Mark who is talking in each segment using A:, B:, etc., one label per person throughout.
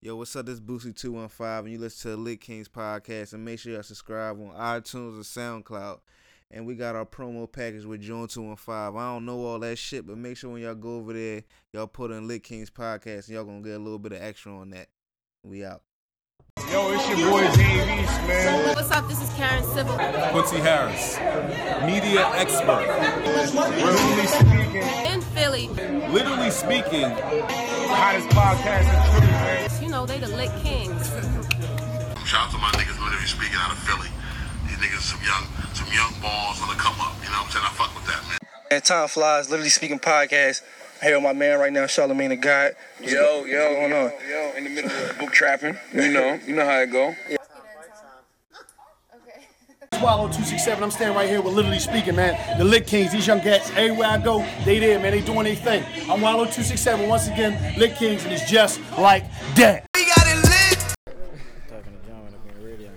A: Yo, what's up? This Boosie two one five, and you listen to the Lit Kings podcast. And make sure you all subscribe on iTunes and SoundCloud. And we got our promo package with June two one five. I don't know all that shit, but make sure when y'all go over there, y'all put in Lit Kings podcast, and y'all gonna get a little bit of extra on that. We out.
B: Yo, it's your boy Dave East, man.
C: What's up? This is Karen Civil.
D: Quincy Harris, media expert.
B: Literally speaking,
C: In Philly,
D: Literally speaking,
B: hottest podcast in Philly, man.
C: you know, they the Lit Kings.
E: Shout out to my niggas literally speaking out of Philly. These niggas some young some young balls on the come up. You know what I'm saying? I fuck with that man.
F: And Time Flies, literally speaking podcast. I'm here with my man right now, Charlemagne the God. yo, yo, going on?
G: Yo, in the middle of book trapping. You know, you know how it go.
H: Swallow 267. I'm standing right here with Literally Speaking, man. The Lit Kings, these young cats, everywhere I go, they there, man. They doing their thing. I'm Wallow 267 once again, Lit Kings, and it's just like that.
I: talking to John when I'm on the radio.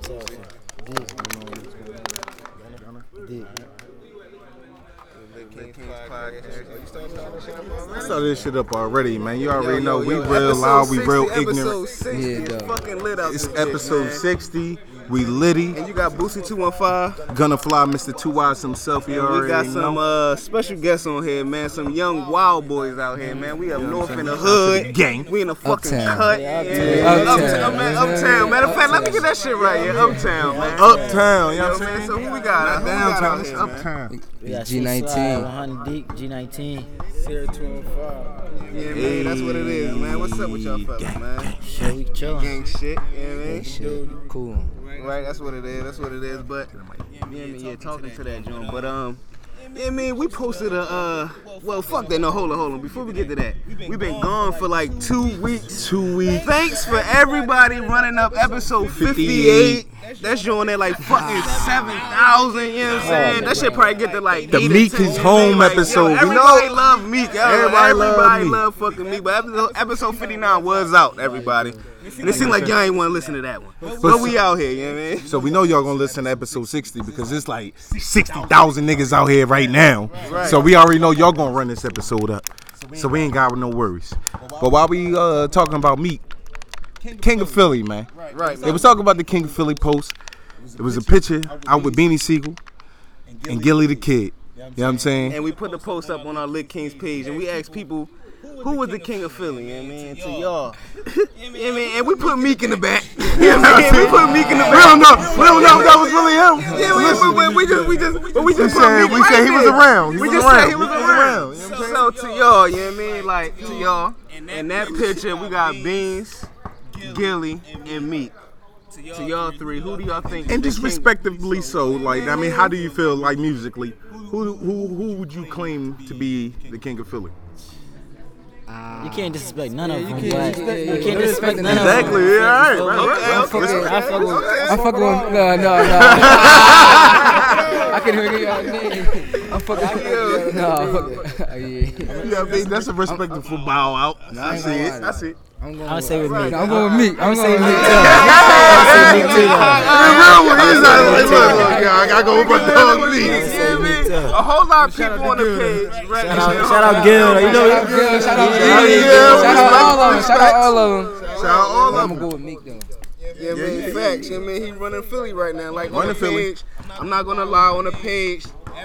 I: So, this going on, what's going on? Dick.
J: I saw this shit up already, man. You already know we
A: Yo,
J: real
A: episode
J: loud, we real
A: 60, Episode
J: ignorant.
A: 60 is
I: Yeah, dog.
A: fucking lit out
J: It's
A: this shit,
J: episode
A: man.
J: sixty. We litty,
A: And you got Boosie two one five.
J: gonna fly, Mr. Two Wise himself. You
A: And
J: already
A: we got some
J: know.
A: uh, special guests on here, man. Some young wild boys out here, man. We up north in the hood.
J: Gang.
A: We in the fucking
I: Uptown.
A: cut.
I: Yeah,
A: Yeah,
I: uptown.
A: uptown.
I: Uptown.
A: man.
I: Yeah.
A: Uptown. Matter of fact, let me get that shit right. Yeah, uptown, man.
J: uptown, you know
A: Yo,
J: what I'm
A: man.
J: saying?
A: So who we got? out- Who we got
J: Downtown,
A: out
J: it's
A: here, man?
J: uptown.
I: We got
F: G19.
I: Honey Deep, G19.
A: Yeah, man. That's what it is, man. What's up with y'all fellas, man?
I: Shit, we chillin'.
A: Gang shit. Yeah, man.
I: Shit, cool.
A: Right, that's what it is. That's what it is. But yeah, man, yeah, talking to that joint. But um, yeah, man, we posted a uh, well, fuck that. No, hold on, hold on. Before we get to that, we've been gone for like two weeks.
J: Two weeks.
A: Thanks for everybody running up episode 58. That joint at like fucking 7,000, you know what I'm saying? That shit probably get to like
J: The
A: eight or
J: Meek
A: 10,
J: is home
A: you know, like, yo,
J: episode. We
A: Everybody
J: know.
A: love Meek. yo. Everybody,
J: Everybody love Meek.
A: love fucking Meek. But episode, episode 59 was out, everybody. And it seemed like y'all ain't want to listen to that one. But we out here, you know what I mean?
J: So we know y'all gonna listen to episode sixty because it's like sixty thousand niggas out here right now. So we already know y'all gonna run this episode up. So we ain't got no worries. But while we uh talking about meat, King of Philly, man.
A: Right,
J: They was talking about the King of Philly post. It was a picture out with Beanie Siegel and Gilly the Kid. You know what I'm saying?
A: and we put the post up on our Lit Kings page, and we asked people who was the king of Philly, and man, to y'all, yeah, man, and we put Meek in the back. Yeah, man, we put Meek in the
J: We
A: back.
J: don't know. We don't know if that was really him.
A: Yeah, we, we, we, we just, we just, but we
J: We
A: just put
J: said,
A: Meek
J: we
A: right
J: said he was
A: there.
J: around. He
A: we
J: was
A: just
J: around.
A: said he was
J: He was
A: around.
J: around. You know what I'm
A: So to y'all, you know what I mean? Like to y'all, in that picture we got Beans, Gilly, and Meek. To y'all three, who do y'all think?
J: And
A: is the
J: just
A: king-
J: respectively so, like I mean, how do you feel like musically? Who who who would you claim to be the king of Philly?
I: You can't disrespect none of them.
F: can't
I: but-
F: disrespect-
I: You
F: yeah, yeah,
I: can't disrespect
F: yeah.
I: none of them.
J: Exactly. Yeah, all right.
A: Okay,
J: right, right.
I: I fuck with, I fuck with, I fuck with, no, no, no. I can hear you all name. I'm fucking, no, fuck it. Oh, yeah.
J: Yeah, I mean, that's a respectful bow out. I see it. I see it.
I: I'm going with, say with me. I'm going with me. I'm going with me.
J: The real one is I look, look, yeah, I gotta go with my dog Lee.
A: Yeah, man. A whole lot of people on the page. Right
D: shout out Gil. You know,
I: Yeah, shout out
J: Yeah,
I: Gilly.
J: yeah,
I: Shout out all of them. Shout out all of them.
J: Shout out all
I: I'm
J: of
I: gonna
J: them.
I: go with Meek though.
A: Yeah, man, facts. Yeah, man, he running Philly right now. Like on
J: Running
A: the
J: Philly.
A: page, I'm not gonna lie. On the page,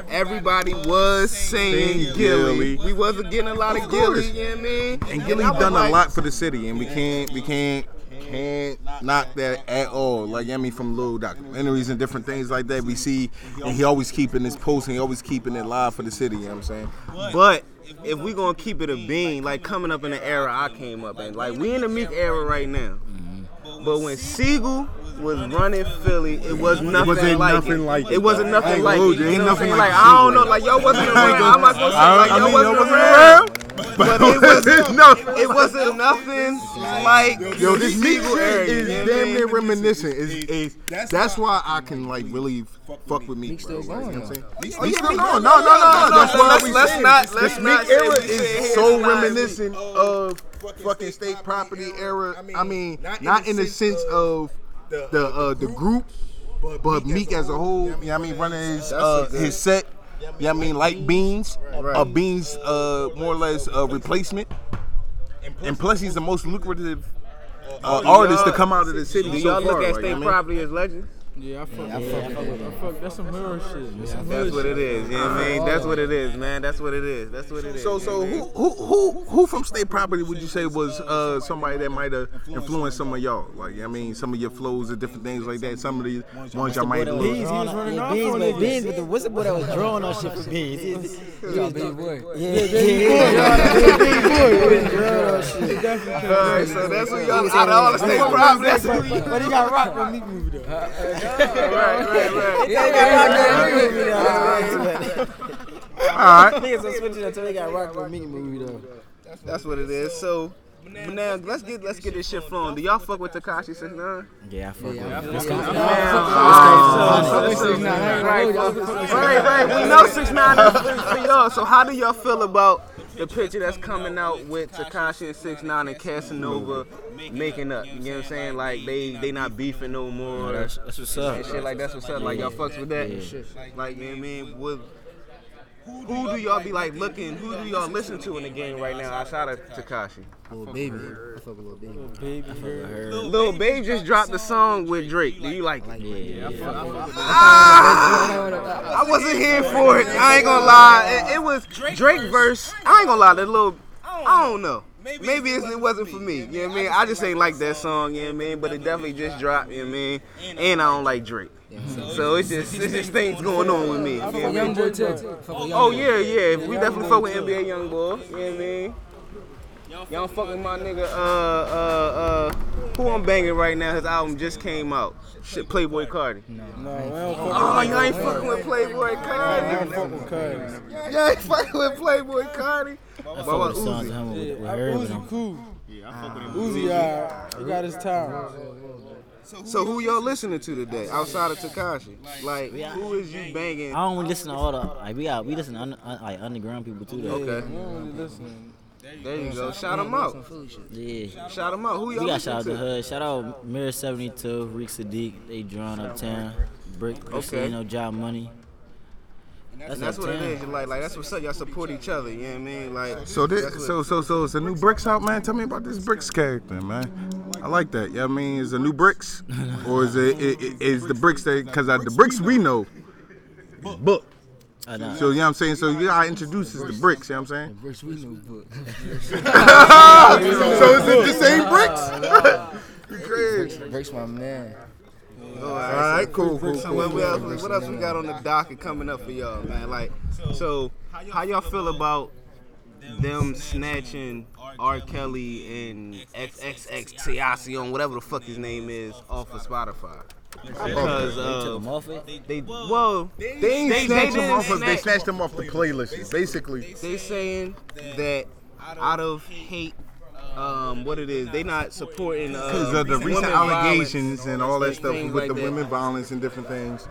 A: everybody was saying
J: Saying
A: Gilly.
J: Gilly.
A: We wasn't getting a lot of,
J: Of
A: Gilly.
J: course.
A: Yeah, man.
J: And Gilly
A: I was
J: done a
A: like,
J: lot for the city, and we can't we can't can't knock that at all. Like I mean, from little documentaries and different things like that, we see, and he always keeping his post, and he always keeping it live for the city. You know what I'm saying?
A: But if we gonna keep it a bean, like coming up in the era I came up in, like we in the Meek era right now.
J: Mm-hmm.
A: But when Siegel was running Philly, it was nothing,
J: wasn't
A: like,
J: nothing
A: it.
J: like it.
A: it. wasn't
J: I
A: nothing
J: ain't
A: like
J: gonna
A: it.
J: hold you,
A: You
J: ain't
A: know what I'm
J: nothing
A: saying?
J: like
A: Like I don't
J: Siegel.
A: know, like y'all wasn't
J: I ain't
A: around.
J: gonna-
A: I'm not gonna say
J: I-
A: like
J: I
A: y'all
J: mean,
A: wasn't
J: y'all wasn't
A: around.
J: But
A: it was-
J: no.
A: It wasn't nothing like
J: Yo, this Meek
A: Siegel era.
J: shit is
A: you know what I
J: damn
A: mean?
J: near reminiscent. Is is that's why I can like really fuck with Meek. bro. Like, you know what I'm saying? Oh, Meek
A: yeah,
J: still
A: Meek-
J: going. No, no, no, no. That's why
A: Let's-
J: we
A: let's
J: said
A: not-
J: this
A: let's not
J: Meek
A: say
J: era
A: we said
J: is
A: it's
J: so
A: not Meek.
J: reminiscent of fucking state property era. I mean, not in the sense of the uh, the group, but Meek as a whole. You know what I mean? Running his uh, his set. You know what I mean? Like Beans, uh, Beans, uh, more or less uh, replacement. And plus, he's the most lucrative uh, artists to come out of the city.
A: Do
J: so
A: y'all look
J: far,
A: at
J: right?
A: state
J: I mean,
A: property as legends?
K: Yeah, I fuck.
A: Yeah, I
K: with
A: fuck
K: that.
A: with
K: I fuck- That's some hood shit. That's, some
A: That's
K: hood
A: what it
K: shit.
A: is. You know what I mean? That's what it is, man. That's what it is. That's what it is.
J: So,
A: you know
J: so
A: what I mean?
J: who, who, who, who from state property would you say was uh, somebody that might have influenced some of y'all? Like, I mean, some of your flows and different things like that. Some of the ones y'all might.
I: Beans, he was running off Beans,
K: on
I: but
K: niggas.
I: Beans, but the what's the boy that was drawing on shit for Beans? He was- he was- Yeah, yeah,
J: Alright, so that's what y'all out of all the state property. That's
I: But he got rocked from Meek movie though. Right,
J: right, right.
I: He got rocked from Meek movie though.
J: All right.
I: Niggas was switching until they got rocked from Meek movie though.
A: That's what it is. So but now let's get let's get this shit flowing. Do y'all fuck with Takashi 69?
I: Yeah, I fuck with him.
A: This
I: Yeah,
A: guy-
I: I
A: Oh,
I: fuck with
A: so- so-
I: him.
A: so-
I: Nah, I ain't
A: Right,
I: gonna hold
A: right,
I: y'all.
A: right. We know six nine is free for y'all. So how do y'all feel about the picture that's coming out with Takashi and six nine and Casanova making up? You know what I'm saying? Like they they not beefing no more.
I: Yeah, that's- that's what's up.
A: And shit like that's what's up. Like y'all
I: Yeah.
A: fucks with that.
I: Yeah.
A: Shit. Like you know what I mean? With who do y'all be like looking? Who do y'all listen to in the game right now outside of Takashi?
I: Little baby. I fuck with little baby. Baby. I fuck with her.
A: Lil Babe just dropped the song with Drake. Do you like it?
I: Yeah.
A: Ah! I wasn't here for it. I ain't gonna lie. It, it was Drake verse. I ain't gonna lie. That little. I don't know. Maybe it's- it wasn't for me. You know what I mean? I just ain't like that song. You know what I mean? But it definitely just dropped. You know what I mean? And I don't like Drake. So it's just it's just things going on with me. You know what I mean?
I: Young boy too.
A: Oh yeah, yeah. We definitely fuck with NBA young boy. You know what I mean? Y'all fuck with my nigga. Uh, uh, uh. Who I'm banging right now? His album just came out. Shit, Playboy Cardi. No, Oh, you ain't fucking with Playboy Cardi. You ain't fucking with Playboy Cardi.
I: I
A: Baba
I: fuck with songs
A: Uzi.
I: of him with, with
K: Yeah,
I: her.
K: Uzi
I: but I'm-
K: cool.
A: Yeah, I
K: fuck with him.
A: Uzi.
K: Uzi, alright. He got his time.
A: So who y'all listening to today outside of Takashi? Like, who is you banging?
I: I don't listen to all the like we got we listen to un, un, like underground people too though.
A: Okay. There you go. Shout them out.
I: Yeah.
A: Shout them out. Who y'all
I: We got shout out
A: listening
I: to
A: to?
I: Hood. Shout out Mirror 72, Reek Sadiq, they drawn uptown. Brick,
A: Okay.
I: okay. you know, Job Money.
A: And that's what it
I: uptown.
A: is. Like, like that's what's up. Y'all support each other. You know what I mean? Like,
J: So
A: that's
J: this,
A: what-
J: so so so it's a new bricks out, man. Tell me about this bricks character, man. I like that. Yeah, I mean, is it new bricks, or is it, it, it is the bricks that because the bricks we know is book.
I: I know.
J: So you know what I'm saying. So you gotta introduce us to bricks. You know what I'm saying.
I: Bricks we know book.
J: so is it the same bricks? You crazy.
I: Bricks my man.
A: All
J: All right, cool, cool,
A: So
J: cool,
A: what, what
J: cool.
A: else, what else we got on the docket coming up for y'all, man? Like, so how y'all feel about them snatching R. Kelly and XXX Tentacion, whatever the fuck his name is, off of Spotify? Because
I: They took
A: uh,
I: him off it.
A: they well,
J: They ain't snatched them
A: didn't
J: off. Of, they
A: snatch-
J: snatched them off the playlist, basically.
A: They saying that out of hate, um, what it is, they not supporting uh,
J: Because
A: because
J: of the recent allegations and all that stuff with the women violence and different things.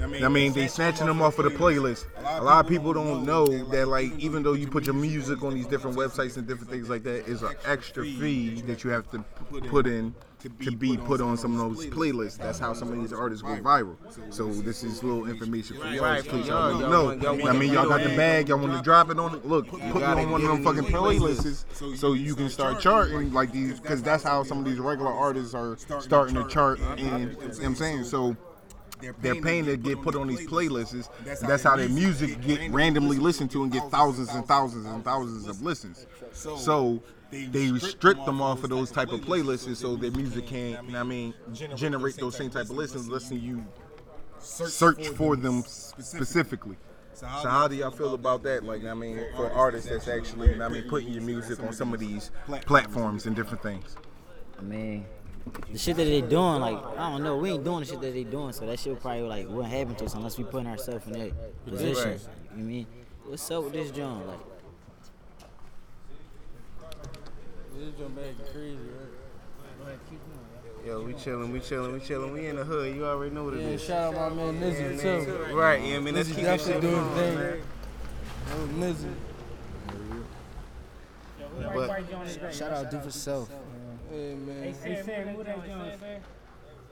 J: I mean, they snatching them off of the playlist. A lot of people don't know that, like, even though you put your music on these different websites and different things like that, it's an extra fee that you have to put in to be put on some of those playlists. That's how some of these artists go viral. So this is little information for y'all.
A: Right,
J: in case
A: for y'all.
J: y'all don't
A: Y'all want- y'all
J: know.
A: want
J: I mean,
A: to
J: y'all
A: know
J: got the
A: that.
J: bag. Y'all want to drop it on it. Look, put me
A: gotta
J: on one of
A: get
J: them
A: in these
J: fucking playlists so you can start charting like these because that's how some of these regular artists are starting to chart and you know what i'm saying so they're paying to get put on these playlists and that's how their music get randomly listened to and get thousands and thousands and thousands of listens so they strip them off of those type of playlists so their music can you know what i mean generate those same type of listens listen you search for them specifically so how do y'all feel about that? Like, I mean, for artists that's actually, I mean, putting your music on some of these platforms and different things.
I: I mean, the shit that they doing, like I don't know, we ain't doing the shit that they doing, so that shit probably like wouldn't happen to us unless we putting ourselves in that position.
A: Right.
I: You know what I mean, what's up with this John? Like,
K: This joint bag is crazy, right?
A: Yo, we chilling, we chilling, we chilling. We in the hood. You already know what it
K: Yeah,
A: is.
K: shout out my man Nizzy
A: Yeah,
K: too.
A: Right, yeah, I mean, let's
K: Nizzy
A: keep this shit
K: definitely
A: going,
K: doing his
A: man.
K: thing. That was Nizzy.
A: But-
I: shout out do for self.
K: Hey man.
L: Hey,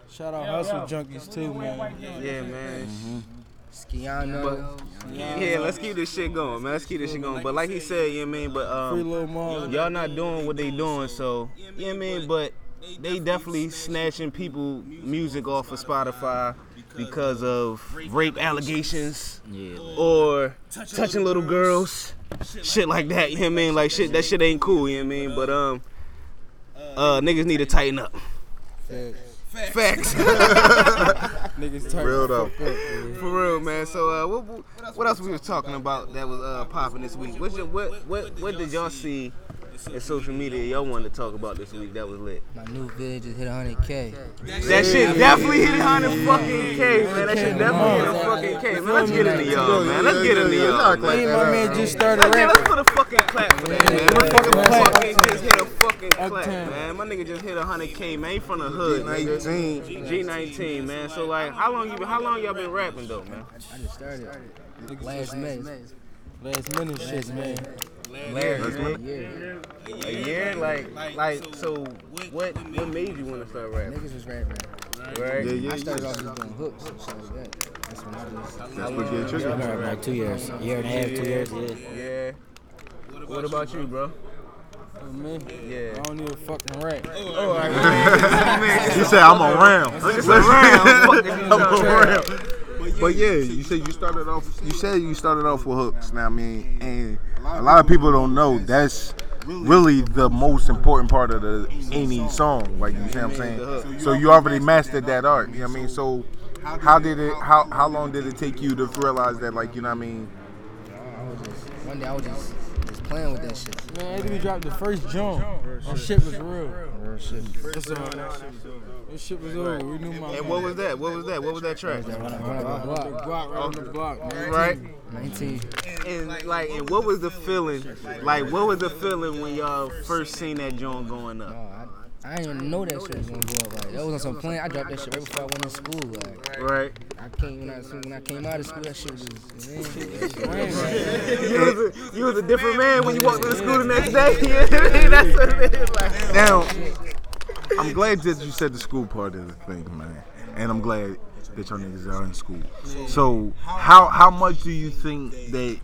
K: Shout out Hustle Junkies too, man.
A: Yeah, man.
I: Skiano.
A: But, yeah, let's keep this shit going, man. Let's keep this shit going. But like he said, you know what I mean? But
K: Free Lil
A: um, y'all not doing what they doing, so you know what I mean? But they definitely snatching people music off of Spotify because of rape allegations or touching little girls, shit like that. You know what I mean? Like shit, that shit ain't cool. You know what I mean? But um, uh, niggas need to tighten up. Facts.
K: Niggas tighten
A: Real
K: Real
A: though.
K: the fuck up, man.
A: For real, man. So uh, what, what, what else we was talking about that was uh, popping this week? What, your, what what what did y'all see in social media y'all wanted to talk about this week that was lit?
H: My new video just hit 100k.
A: That shit definitely hit 100 fucking K, man. That shit definitely hit a fucking K. Man, let's get into y'all, man. Let's get into y'all,
K: Me and
A: man.
K: my man just started
A: Let's get-
K: rapping.
A: Let's put a fucking clap for that, man. My nigga fucking just hit a fucking clap, man. My nigga just hit 100K, man. He from the hood, nigga. G19, man. So, like, how long you been, how long y'all been rapping, though, man?
H: I just started last May.
K: Last minute shit, man.
A: Last
K: minute.
A: year. A year? Like, like, so what, what made you want to start rapping?
H: Niggas was rapping.
A: Right?
H: I started off just doing hooks and shit like that. That's when I just.
A: That's what get you.
I: I've been rapping like two years, a year and a half, two years. Yeah.
A: Yeah. What about you, bro?
K: Me?
A: Yeah.
K: I don't need a fucking rap.
A: Oh, all right, man. Man,
J: He said, "I'm around."
A: It's around.
J: I'm around. But yeah, you said you started off. You said you started off with hooks. Now I mean, and a lot of people don't know that's really the most important part of the any song. Like you see what I'm saying. So you already mastered that art. You know what I mean. So how did it? How how long did it take you to realize that? Like you know what I mean.
H: I was just one day I was just, just playing with that shit.
K: Man, after we dropped the first jump, our shit was real.
H: Real shit.
K: That's all. This shit was over. We knew my
A: And what was that? What was that? What was that track?
K: Block, right on the block, man.
A: Right?
H: 19.
A: And like, and what was the feeling? Like, what was the feeling when y'all first seen that joint going up?
H: Oh, I didn't even know that shit was gonna go up. Like that was on some plan. I dropped that shit right before I went to school. Like
A: Right.
H: I came when I when I came out of school, that shit was.
A: You was, a, you was a different man when you walked to the school the next day. You know what I mean? That's what it is. Like,
J: Now, I'm glad that you said the school part of the thing, man, and I'm glad that y'all niggas are in school. So, how how much do you think that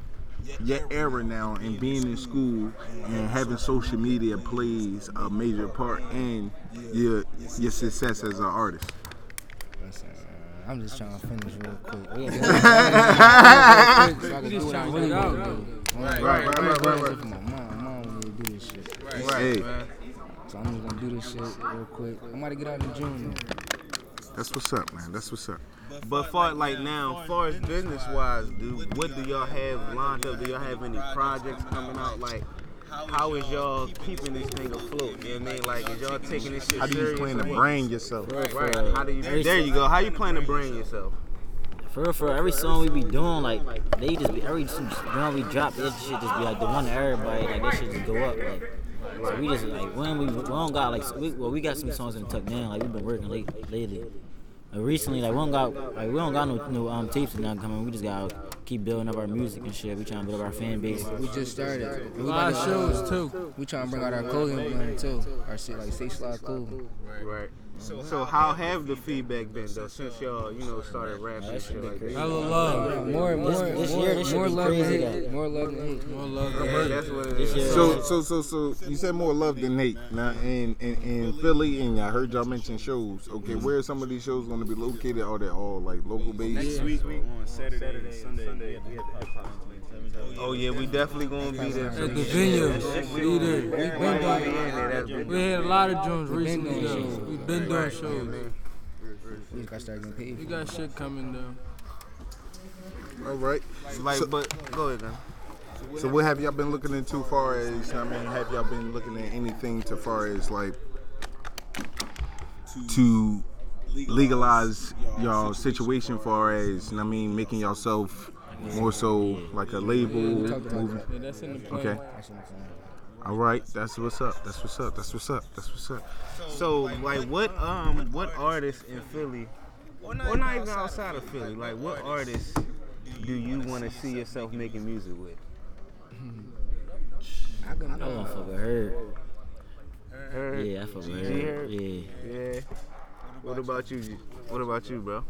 J: your era now and being in school and having social media plays a major part in your your success as an artist?
H: I'm just trying to finish real quick. We
J: just
H: trying
K: trying to get out.
J: Right, right, right, right, right.
H: My mom, my mom really do this shit.
J: Right, Right. man.
H: So I'm just gonna do this shit real quick. I'm about to get out in June. though.
J: That's what's up, man. That's what's up.
A: But far like now, far as business wise, do what do y'all have lined up? Do y'all have any projects coming out? Like, how is y'all keeping this thing afloat? You know what I mean? Like, is y'all taking this shit
J: How do you
A: serious?
J: plan to brand yourself?
A: Right. How do you? There you go. How you plan to brand yourself?
I: For real, for real, every song we be doing, like they just be every song we drop, this shit just be like the one to everybody, like that shit just go up. Like, so we just like when we, we don't got like we, well we got some songs in the tuck down, like we've been working late lately. And recently, like we don't got like we don't got no, no um tapes and nothing coming. We just gotta keep building up our music and shit. We trying to build up our fan base.
H: We just started. We
K: Live
H: about
K: shows, too.
H: We trying to bring out our clothing line too. Our shit like Six Fly Cool.
A: Right. So how have the feedback been though since y'all you know started rapping and shit like that?
K: Hella love.
H: More, more,
K: This- this year,
H: more,
K: this shit
H: more
K: be
H: love and
K: crazy,
H: hate.
K: though.
H: More love and hate.
K: More love than
A: Yeah,
K: hate.
A: that's what it is.
J: So so so so you said more love than Nate now in, in, in Philly and I heard y'all mention shows. Okay, where are some of these shows gonna be located? Are they all like local based?
M: Next week on Saturday, and Sunday, we have the hip hop
A: Oh yeah, we definitely gonna be there.
K: At the venue. We there. We been doing. We had a lot of joints
H: We been
K: recently
H: doing
K: though.
H: shows.
K: We been doing
H: Right.
K: shows.
H: We just gotta start getting paid.
K: We got shit coming though.
J: All right.
A: Like,
J: So-
A: but go ahead. Man.
J: So what have y'all been looking into far as I mean, have y'all been looking at anything to far as like to legalize y'all situation far as I mean making yourself more so like a label moving?
K: Yeah, that's in the plan.
J: Okay. All right, that's what's up. That's what's up. That's what's up. That's what's up.
A: So like what um what artists in Philly or not, even outside of Philly, like what artists do you wanna see yourself making music with?
H: I can
I: I don't fuck with her. Yeah, I fuck with
A: G.G.
I: her.
A: Herb?
I: Yeah.
A: Yeah. What about you? G- What about you, bro?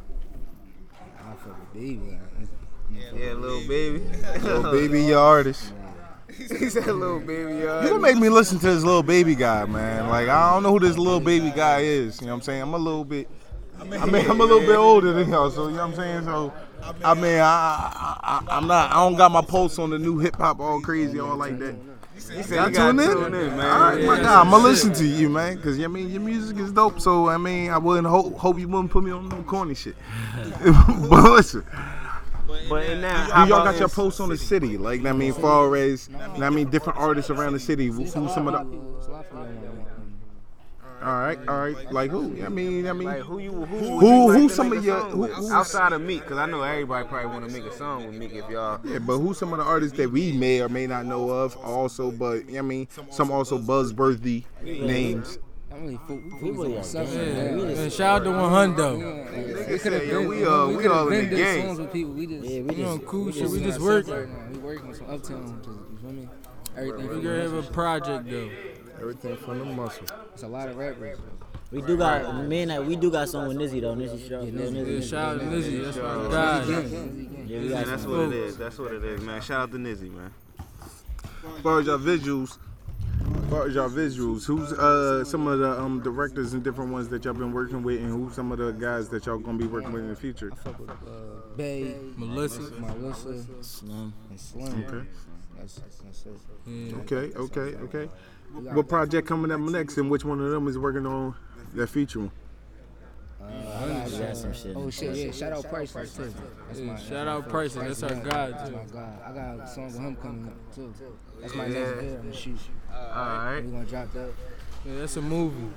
H: I fuck with baby.
A: Yeah, little baby.
J: Yo, baby, your artist.
A: he said little baby. You
J: You gonna make me listen to this little baby guy, man. Like I don't know who this little baby guy is. You know what I'm saying? I'm a little bit. I mean, I'm a little bit older than y'all, so you know what I'm saying. So, I mean, I, I, I I'm not. I don't got my pulse on the new hip hop all crazy, all like that.
A: He
J: Y'all
A: said
J: tune in?
A: man.
J: All right, my
A: Yeah.
J: God, I'm gonna listen to you, man, because I mean your music is dope. So I mean, I wouldn't hope hope you wouldn't put me on no corny shit. but listen,
A: But in that,
J: y'all got your posts on the city, like I mean, far as I mean, different artists around the city. Who, who some of the? All right, all right, like who? I mean, I mean,
A: Like who you who
J: who
A: would you
J: who,
A: like to
J: some
A: make
J: of
A: a
J: your
A: song
J: who,
A: with?
J: who
A: outside of Meek? Cause I know everybody probably want to make a song with Meek if y'all.
J: Yeah, but who some of the artists that we may or may not know of also, but I mean, some also buzzworthy names.
H: I'm really fool.
I: really are gang.
H: Yeah.
K: Shout out to one hundo.
H: We could have
J: yo,
H: been,
J: we,
H: we,
J: uh,
H: we
J: we
H: could
J: all
H: have
J: in
H: been
J: the
H: doing
J: gang.
H: songs with people. We just,
I: Yeah, we
H: you know,
I: just-
H: cool
I: we
H: shit.
I: just
H: We
I: doing
H: just
I: stuff
H: working.
I: right
H: we working on some uptown. Just, you feel me? Everything.
K: We
H: from
K: gonna
H: the
K: have a
H: muscle.
K: project though.
J: Everything from the muscle.
H: It's a lot of rappers.
I: We do got me and I, we do got song with Nizzy though. Nizzy Sharp. Yeah,
K: Yeah, shout out to Lizzie. That's my
A: Yeah,
K: guy.
I: we got
A: that's
I: some
A: what it
I: folks.
A: is. That's what it is, man. Shout out to Nizzy, man.
J: As far as y'all visuals, as far as y'all visuals, who's uh some of the um directors and different ones that y'all been working with, and who's some of the guys that y'all gonna be working with in the future?
H: Bay,
K: Melissa.
H: Melissa,
I: Slim,
H: and Slim.
J: Okay.
H: That's, that's it.
J: Okay, okay, okay. What project coming up next, and which one of them is working on that feature?
H: Uh,
I: She got some shit.
H: Oh shit! Yeah, shout out Prices too. That's
K: Yeah,
H: my,
K: shout
H: that's my
K: out
H: first
K: Prices,
H: Price
K: that's our
H: one.
K: guy,
H: That's
K: too.
H: my guy. I got a song with him coming up too. That's my
A: Yeah.
H: next video I'm gonna shoot.
A: Alright.
H: We gonna drop that.
K: Yeah, that's a movie.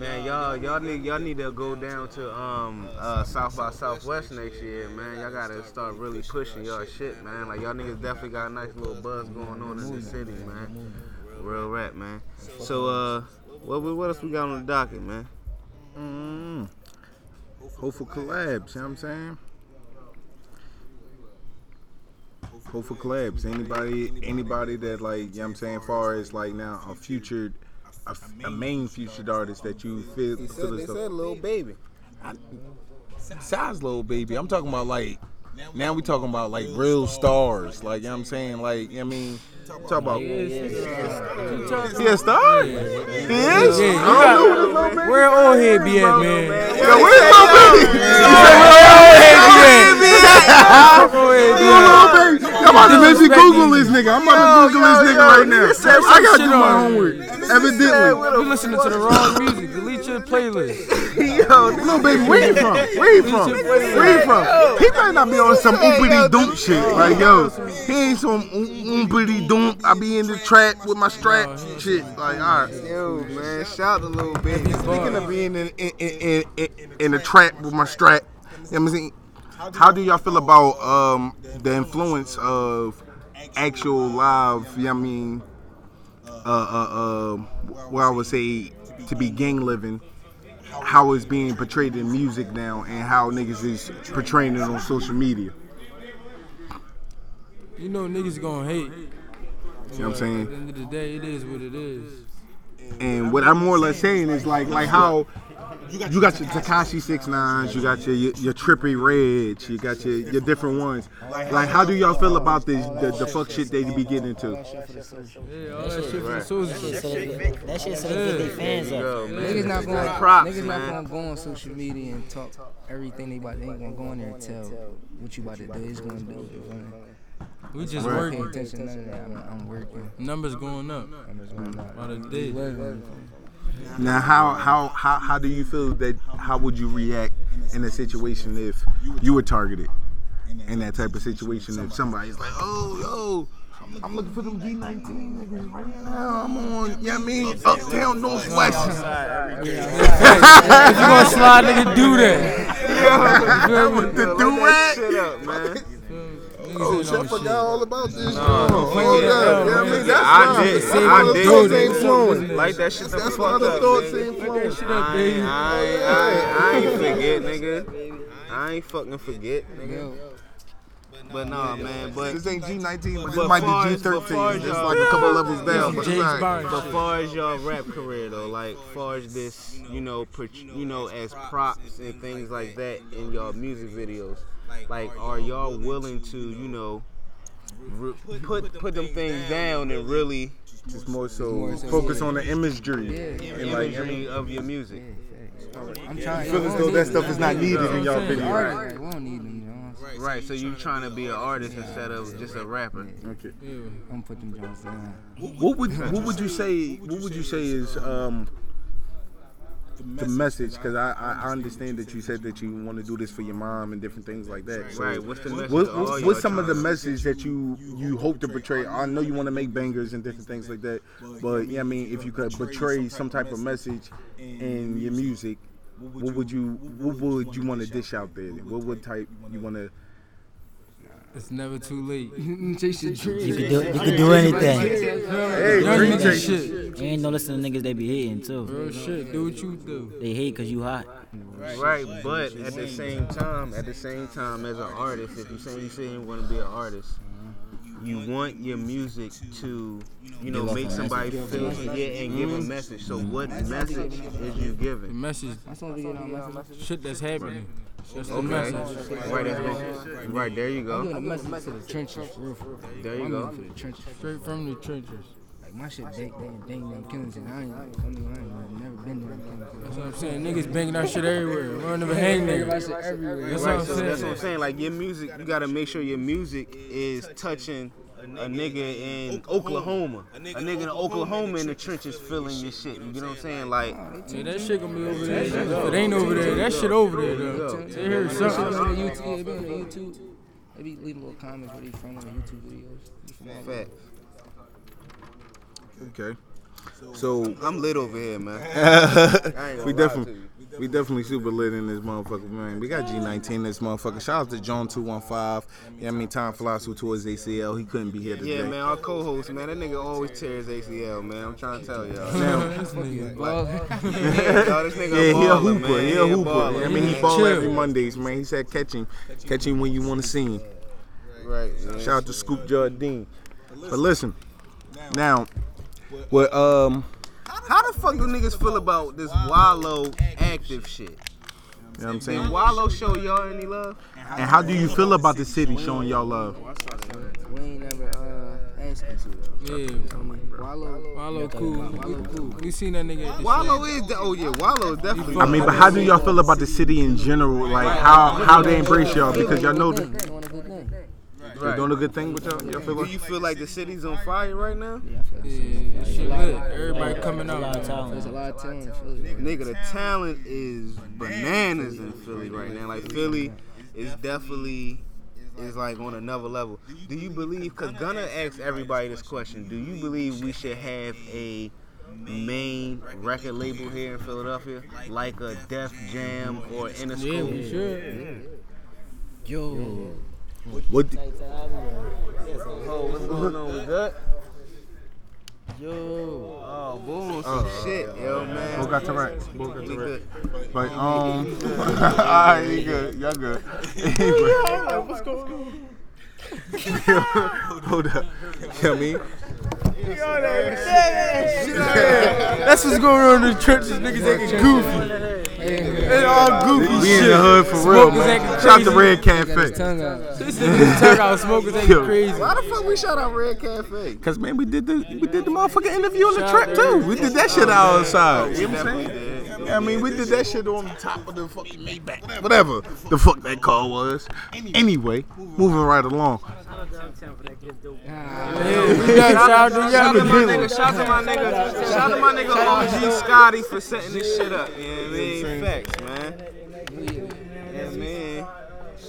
A: Man, y'all, y'all need y'all need to go down to um uh, South by Southwest next year, man. Y'all gotta start really pushing y'all shit, man. Like y'all niggas definitely got a nice little buzz going on in this city, man. Real rap, man. So uh, what we- what else we got on the docket, man?
J: Mm. Hopeful collabs, you know what I'm saying? Hopeful collabs. Anybody anybody that like, you know what I'm saying, far as like now a featured a, f- a main featured artist that you feel feel as though-
A: little baby.
J: size little baby. I'm talking about like now we talking about like real stars. Like you know what I'm saying? Like I mean talk about He a star? He is?
K: Yeah, you
J: I don't know who this
K: got, where old head be at, man?
J: Yo, where's little baby? Yo, baby. I'm about to let you Google this nigga. I'm about to Google this nigga right now. I got to do my homework. Evidently.
K: You listening to the wrong music. Delete your playlist.
J: Yo, little baby, where you from? Where you from? Where you from? He might not be on some oopity doop shit. Like, yo, he ain't some oopity doop. I be in the trap with my strap shit. Like, all right.
A: Yo, man, shout to little baby.
J: Speaking of being in in in, in, in, in a trap with my strap, you know what I'm saying? How do y'all feel about um, the influence of actual live? You know what I mean, uh, uh, um, what I would say to be gang living, how it's being portrayed in music now, and how niggas is portraying it on social media.
K: You know niggas gonna hate.
J: See what I'm
K: At the
J: saying?
K: end of the day, it is what it is.
J: And what I'm more or less saying is like like how you got your Takashi Six Nines, you got your your, your Trippy Reds, you got your, your different ones. Like how do y'all feel about this the, the fuck shit they be getting into?
K: Yeah, all that shit for the soldiers.
I: That shit so they get their fans up.
H: Niggas not going.
A: props,
H: niggas
A: man.
H: not going to go on social media and talk everything they about. They ain't gonna go in there and tell what you about to do. It's gonna do. it, you feel me?
K: We just
H: I'm not
K: working.
H: paying attention to none of that. I'm, I'm working.
K: Numbers going up. By the day.
J: Now how how how how do you feel that how would you react in a situation if you were targeted in that type of situation if somebody's like, Oh yo, I'm looking for them D nineteen niggas right now. I'm on you know what I mean uptown northwest.
K: If you gonna slide, nigga, do that. You feel me?
J: The
A: That
J: do
A: shit up, man.
J: Oh, shit, I forgot all about this.
A: Fuck yeah,
J: up.
A: yeah,
J: I mean, that's
A: I
J: not-
A: did.
J: that's
A: I
J: not
A: did.
J: the thoughts ain't flowing.
A: Like that shit.
J: That's
A: That's
J: why
A: what
J: the
A: other
J: thoughts
A: thoughts
J: ain't flowing.
K: Shit up,
A: I ain't,
K: baby.
A: I ain't, I ain't, I ain't forget, nigga. I ain't fucking forget, nigga. But nah, man. But
J: This ain't G19, but
A: But
J: this might be
A: far as- but far
J: G13.
A: as
J: It's
A: y'all-
J: like a couple levels down.
K: James
J: But it's
K: Bond.
J: like,
A: but far as y'all rap career though, like far as this, you know, per, you know, as props and things like that in y'all music videos, like are y'all willing to, you know, re- put put them things down and really
J: just more so focus on the imagery and like
A: imagery of your music.
J: I'm trying- Feel as though that stuff is not needed in y'all video.
A: Right.
H: We don't need them, you know.
A: Right, so you trying to be an artist instead of just a rapper.
J: Okay.
H: I'm gonna put them joints down.
J: What would what would you say? What would you say is um, the message? Because I, I I understand that you said that you want to do this for your mom and different things like that. So
A: Right, what's the message
J: What,
A: to all
J: what-
A: y'all
J: what's some of the
A: trying to-
J: message that you you hope to portray? I know you want to make bangers and different things like that, but yeah, I mean, if you could portray some type of message in your music, what would you what would you want to dish out there? What would type you want to?
K: It's never too late.
N: Chase your dreams.
I: You can do, you can do anything.
N: Hey,
I: Learn
N: dream
I: to do
N: chasers.
I: shit. And don't listen to niggas they be hating too.
K: Real shit, do what you do.
I: They hate cause you hot.
A: Right, but at the same time, at the same time, as an artist, if you say you say you want to be an artist, you want your music to, you know,
K: Give off
A: make
K: a
A: somebody
K: message.
A: feel yeah and give a message. So what message is you
K: The
A: giving?
K: message, shit that's happening. That's the
A: Okay.
K: message.
A: Right, that's good. Right, there you go.
H: I'm doing a message to the trenches. real for real.
A: There you
H: I'm
A: go.
H: in For the trenches.
K: Straight from the trenches.
H: Like my shit, bang, bang, bang, bang, killings, and I ain't, I mean, I ain't never been to them killings.
K: That's what I'm saying. Niggas banging our shit everywhere. We don't never hang there.
H: Everybody shit everywhere.
K: That's
A: right,
K: what I'm
A: so
K: saying.
A: that's what I'm saying. Like your music, you gotta make sure your music is touching a nigga in Oklahoma, a nigga in Oklahoma in the trenches feeling your shit. You get what I'm saying? Like
K: Yeah, that shit gonna be over there. If it ain't over there, that shit over there though. They hear
H: They be on
K: something.
H: the YouTube, they be on the YouTube. They be leaving little comments where they from on the YouTube videos. They from all over.
A: Fact.
J: Okay. So
A: I'm lit over here, man. I ain't gonna
J: we
A: lie
J: definitely,
A: to you.
J: we definitely super lit in this motherfucker, man. We got G19 in this motherfucker. Shout out to John two one five. Yeah, I mean time flies who towards ACL. He couldn't be here today.
A: Yeah, man, our co-host, man, that nigga always tears ACL, man. I'm trying to tell y'all.
J: Now-
A: This nigga
J: yeah,
A: baller. Yo, this nigga
J: he a
A: baller,
J: hooper.
A: man.
J: He a hooper.
A: baller.
J: I mean, he
A: Yeah.
J: ball
A: Chill.
J: every Mondays, man. He said catch him, catch him when you want to see him.
A: Right. man.
J: Shout out to Scoop Jardine. But listen, now, what um,
A: How the fuck do niggas feel about this Wallow active shit?
J: you know what I'm
A: Did
J: saying?
A: Wallow show y'all any love?
J: And how do you feel about the city showing y'all love?
H: We ain't never uh, asked you to.
K: Yeah.
H: Wallow,
K: Wallow cool. We- We seen that nigga at the
A: Wallow is, de- oh yeah, Wallow is definitely.
J: I mean, but how do y'all feel about the city in general? Like how how they embrace y'all because y'all know that
A: Right.
J: they're doing a good thing with y'all. Y'all feel
A: Do
J: like
A: you feel like the city's on fire right now?
K: Yeah, shit lit. Everybody coming out.
H: There's a lot of talent in Philly.
A: Nigga, the talent is bananas in Philly right now. Like Philly is definitely is like on another level. Do you believe? Cause Gunna asked everybody this question. Do you believe we should have a main record label here in Philadelphia, like a Def Jam or in a
K: Yeah,
A: school?
K: we should.
H: Yo.
J: what?
A: Oh, what's going on? We good? Yo. Oh, boom, some
J: Uh,
A: shit, yo, man.
J: Boca Tarek.
A: Boca Tarek.
J: But um, alright, you good, y'all good.
A: Oh, What's going on?
J: Hold up, you know what I mean?
K: That's what's going on in the trenches. Niggas acting goofy. They all goofy shit.
J: We in the hood for real,
K: Smokers
J: man.
K: acting
J: Shout out to
K: crazy.
J: Red Cafe.
K: This nigga turned out smokers acting
J: Yo.
K: crazy.
A: Why the fuck we shout out Red Cafe?
J: Cause man, we did the we did the motherfucking interview on the
A: Shout
J: trip
A: out to
J: too. We did that shit outside. You know what I'm
A: Definitely
J: saying?
A: did.
J: Yeah, I mean, we did that shit on top of the fucking Maybach. Whatever the fuck that car was. Anyway, moving right along.
K: We done, shout out
A: Shout out to
K: to Young
A: my
K: Billy.
A: nigga, shout out to my nigga, shout out to my nigga OG Scotty for setting this shit up. You know what I mean? Facts, man. Yeah, man.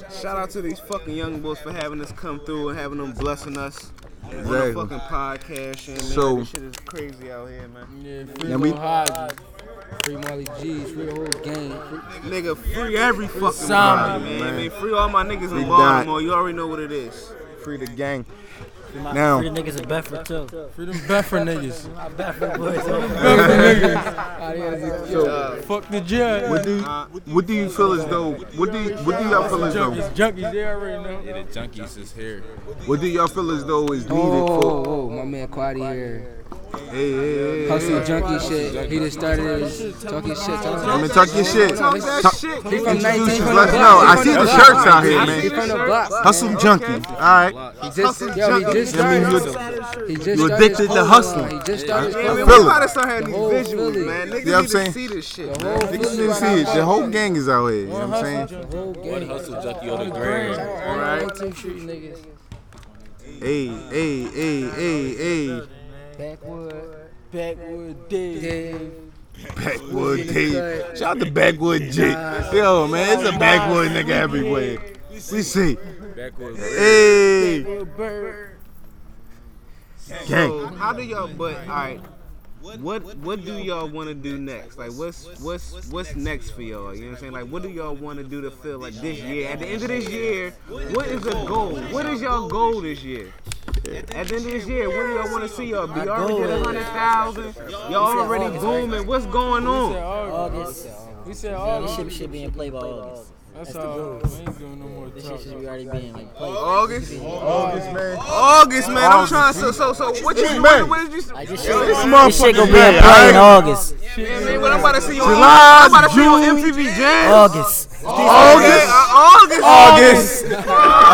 A: Shout out to these fucking young boys for having us come through and having them blessing us. On
J: Exactly.
A: the fucking podcast, and man,
J: So-
A: this shit is crazy out here, man.
K: Yeah,
J: Now we-
K: free Lil Hodges.
H: Free Molly G's, free the whole gang.
A: Nigga, free every fucking
K: Simon,
A: body, man.
J: man.
A: I mean, free all my niggas
J: Free
A: in
J: Dot.
A: Baltimore. You already know what it is.
J: Free the gang.
I: My
J: Now-
I: free niggas in Bedford too.
K: Free them Beffer niggas.
I: My Bedford boys.
K: Beffer
J: So,
K: niggas. Fuck the judge.
J: What do what do you feel as though? What do what do y'all feel as
K: Junkies,
J: though?
K: junkies, they already know.
D: Yeah, the junkies is here.
J: What do y'all feel as though is needed
H: Oh,
J: for?
H: oh, my man Quad here.
J: Hey, hey, hey.
F: Hustle
J: hey.
F: junkie shit. He just started his talking shit.
J: Let me talk your shit.
F: Talk that
J: Talk-
F: shit.
J: He
F: from
J: from
F: 19
J: 19
F: from
J: Let us
F: the
J: know.
F: block.
J: I see the shirts out here, man.
F: He from the block.
J: Hustle junkie. All right.
F: He just, yo, he just
J: That means
F: started.
J: you-
F: he just
J: you
F: started
J: addicted
F: his
J: to
F: whole,
J: hustling.
F: uh, He just
J: Yeah,
F: started. his
J: man,
F: whole
J: we
F: Philly.
J: about to
A: start having
F: The
A: these
F: whole
A: visuals,
F: Philly.
A: man. Niggas
J: You know what I'm
A: need to
J: saying?
A: see this shit,
J: The
A: man.
J: whole Niggas didn't see it. The whole gang is out here. You know what I'm saying?
F: What hustle
O: junkie
F: on
O: the gram,
F: Right. niggas.
J: Hey, hey, hey, hey, hey.
F: Backwood. Backwood Dave.
J: Backwood Dave. Shout out to Backwood J. Yo, man, it's a backwood nigga everywhere. We see.
A: Backwood
J: Hey.
A: So, how do y'all? But all right. What what do y'all want to do next? Like what's what's what's next for y'all? You know what I'm saying? Like what do y'all want to do to feel like this year? At the end of this year, what is the goal? What is y'all goal this year? At the end of this year, what do y'all want to see y'all? Do y'all already hit a hundred thousand? Y'all already booming. What's going on?
I: August.
K: We said
I: This
K: August.
I: shit should be in play by August.
K: That's
I: the
K: all.
I: goal.
K: We ain't doing no more
I: This shit
K: talk.
I: should be already being like played.
A: August?
I: August, man.
A: August, man. I'm trying to. So, so, what you
I: It's
A: what-
I: May.
A: What is you?
I: Like, this
A: Yo,
I: shit-
A: this
I: this
A: motherfucker
I: shit gonna be
A: May,
I: in play in
A: alright?
I: August.
A: Yeah, man, what I'm about to see on
I: July,
A: I'm about to see on MTV Jam.
F: Oh,
A: August.
I: August.
A: uh, August.
I: August.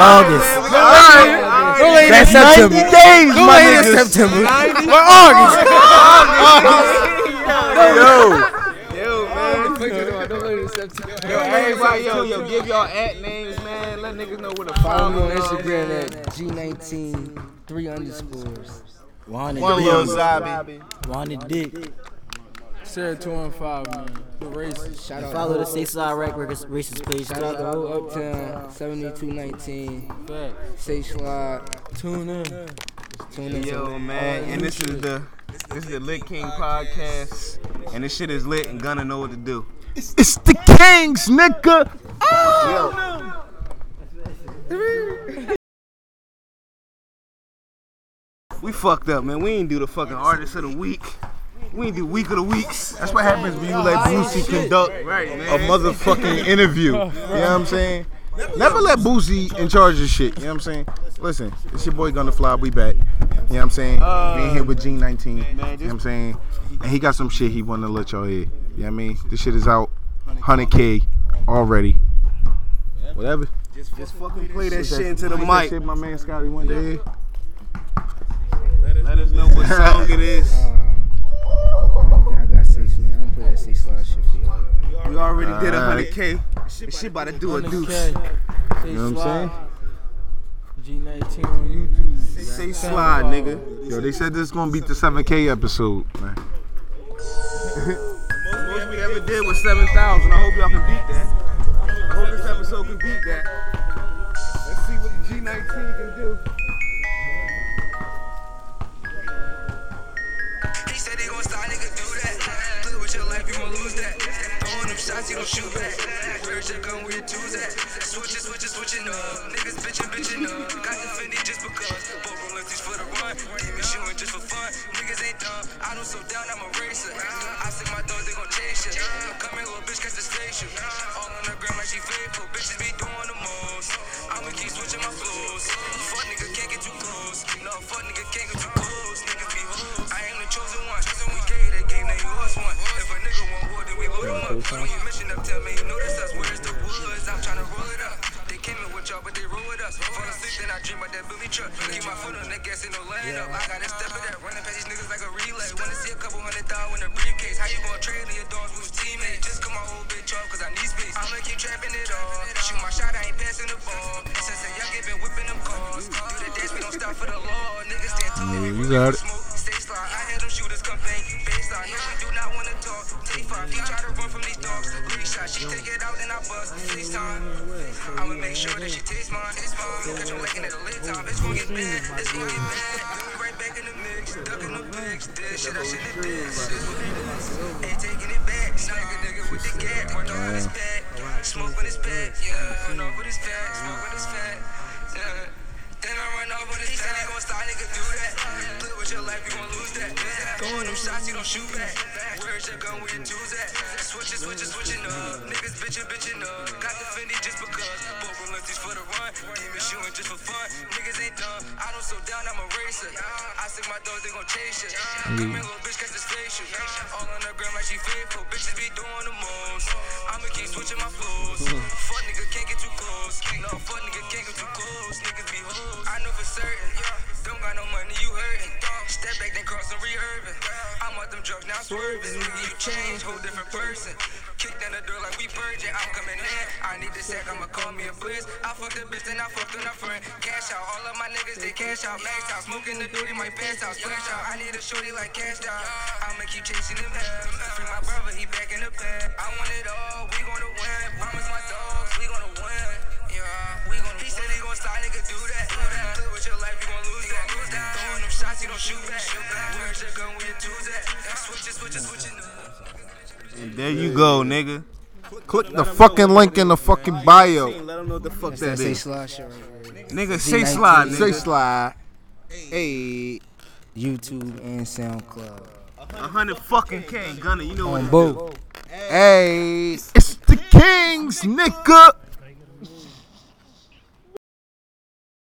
I: August.
A: Go
I: later That's September. 90 days, Go my later niggas. September. Well, August.
A: Yo, everybody, yo, yo, give y'all at names, man. Let niggas know where to
P: Follow
A: follow.
P: me on
A: you know what I'm
P: Instagram
A: saying?
P: at G19 three underscores.
I: One
P: One
I: little
P: little
I: zombie. Wanted dick.
K: Sarah 215, man. The racist.
P: Shout out
I: Follow the
P: to
I: State Side Records Racist page.
P: Shout out to whole Uptown 7219. Say slide.
K: Tune in.
P: Tune in.
A: Yo, man, and this is the this is the Lit King podcast, and this shit is lit, and Gunna know what to do.
J: It's the Kings, nigga.
A: We fucked up, man. We ain't do the fucking artist of the week. We ain't do week of the weeks.
J: That's what happens when you let Boosie conduct a motherfucking interview. You know what I'm saying? Never let Boosie in charge of shit. You know what I'm saying? Listen, it's your boy Gunna Fly. We back. You know what I'm saying? Being here with G19. You know what I'm saying? And he got some shit he want to let y'all hear. You know what I mean? This shit is out. 100K already. Whatever.
A: Just, fucking play that shit into
J: into
A: the mic.
J: my man Scotty one day.
A: Let us know what song it is.
P: I got six, man. I'm gonna play that six slide shit for y'all.
A: We already did a
J: Alright.
A: hundred K. She about to do a deuce.
J: You know what I'm saying?
K: G19 on YouTube.
A: Say slide, nigga.
J: Yo, they said this is going to be the 7K episode, man.
A: Most we ever did was 7,000. I hope y'all can beat that. I hope this episode can beat that. Let's see what the G19 can do.
H: He said they gon' stop, nigga, do that. Play with your life, you gon' lose that. Throwing them shots, you gon' shoot back. Where's your gun, where your tools at? Switching, switching, switching up. Niggas bitching, bitching up. Got the Fendi just because. Both rolling these for the run. Keep me shooting just for fun. Niggas ain't dumb. I don't slow down, I'm a racer. I said my dog, they gon' chase ya. I'm coming, little bitch, catch the station. All on the ground like she faithful. Bitches be doing the most. I'ma keep switching my flows. Fuck nigga, can't get too close. No, fuck nigga, can't get too close. Niggas be hoes. I ain't the chosen one. Chosen we gave that game, they yours one. If a nigga want war, then we load him up. When you mention up, tell me you notice us. Where's the woods? I'm tryna roll it up. They came in with y'all, but they roll with us. Fall asleep, then I dream about that Billy truck. Keep my foot on that gas and no laying up. I gotta step it up. Running past these niggas like a relay. Wanna see a couple hundred thousand in a briefcase. How you gonna trade in your dogs with teammates? Just come my whole bitch off, cause I need space. I'ma keep trapping it all. Shoot my shot, I ain't passing the ball. Since a young kid been whipping them calls. Do the dance, we don't stop for the law. Niggas stand
J: Yeah, you got it.
H: Stay sly, I had them shooters come bang you baseline. No, we do not wanna talk. Take five, he try to run from these dogs. Three shots, she take it out, then I bust. FaceTime. I'ma make sure that she tastes mine. Taste mine. Catch her lacking at a late time. It's gonna get bad. It's gonna get bad. Then we right back in the mix. Ducking the bigs. Dead shit, I shouldn't have did. It's what it is. Ain't taking it back. Snag a nigga with the gat. Worked on his back. Smoke on his back. Yeah, on with his back. Smoke on his back. Yeah. Then I run off with his said he gon' stop, nigga, do that. Play with your life, you gon' lose that. Throwing them shots, you don't shoot back. Where's your gun, where your tools at? Switching, switching, switching up. Niggas bitching, bitching up. Got the Fendi just because. Both Olympics for the run. Demon shooting just for fun. Niggas ain't dumb. I don't slow down, I'm a racer. I stick my dogs, they gon' chase ya. Come here, little bitch, catch the station. All on the ground like she faithful. Bitches be doing the most. I'ma keep switching my flows. Fuck nigga, can't get too close. No, fuck nigga, can't get too close. Niggas be hoes. I know for certain. Yeah, don't got no money, you hurtin'. Step back, then cross and re-urban. I'm out them drugs, now I'm swerving. Nigga, you change, whole different person. Kicked down the door like we purging. I'm coming in. I need the sack, I'ma call me a blitz. I fucked the bitch, then I fucked on her friend. Cash out, all of my niggas, they cash out. Max out, smoking the duty, my pants out. Splash out, I need a shorty like cash out. I'ma keep chasing them hell. Free my brother, he back in the bed. I want it all, we gonna win. Promise my dogs, we gonna win. Yeah, we gonna He said he gon' stop, nigga, do that. Play with your life, you gon' lose that. Throwing them shots, you don't shoot back. Where's your gun, where your tools at? Switch it, switch it, switch it.
Q: And there you go, nigga.
J: Click the fucking link in the fucking bio.
R: Let them know what the fuck
J: That's
R: that
J: that Say
R: is.
J: Slide
R: Nigga, say slide, nigga.
J: Say slide.
Q: Hey.
S: YouTube and SoundCloud.
R: A hundred fucking K, Gunner. You know what?
S: On
R: it
S: both.
J: Hey, it's the Kings, nigga.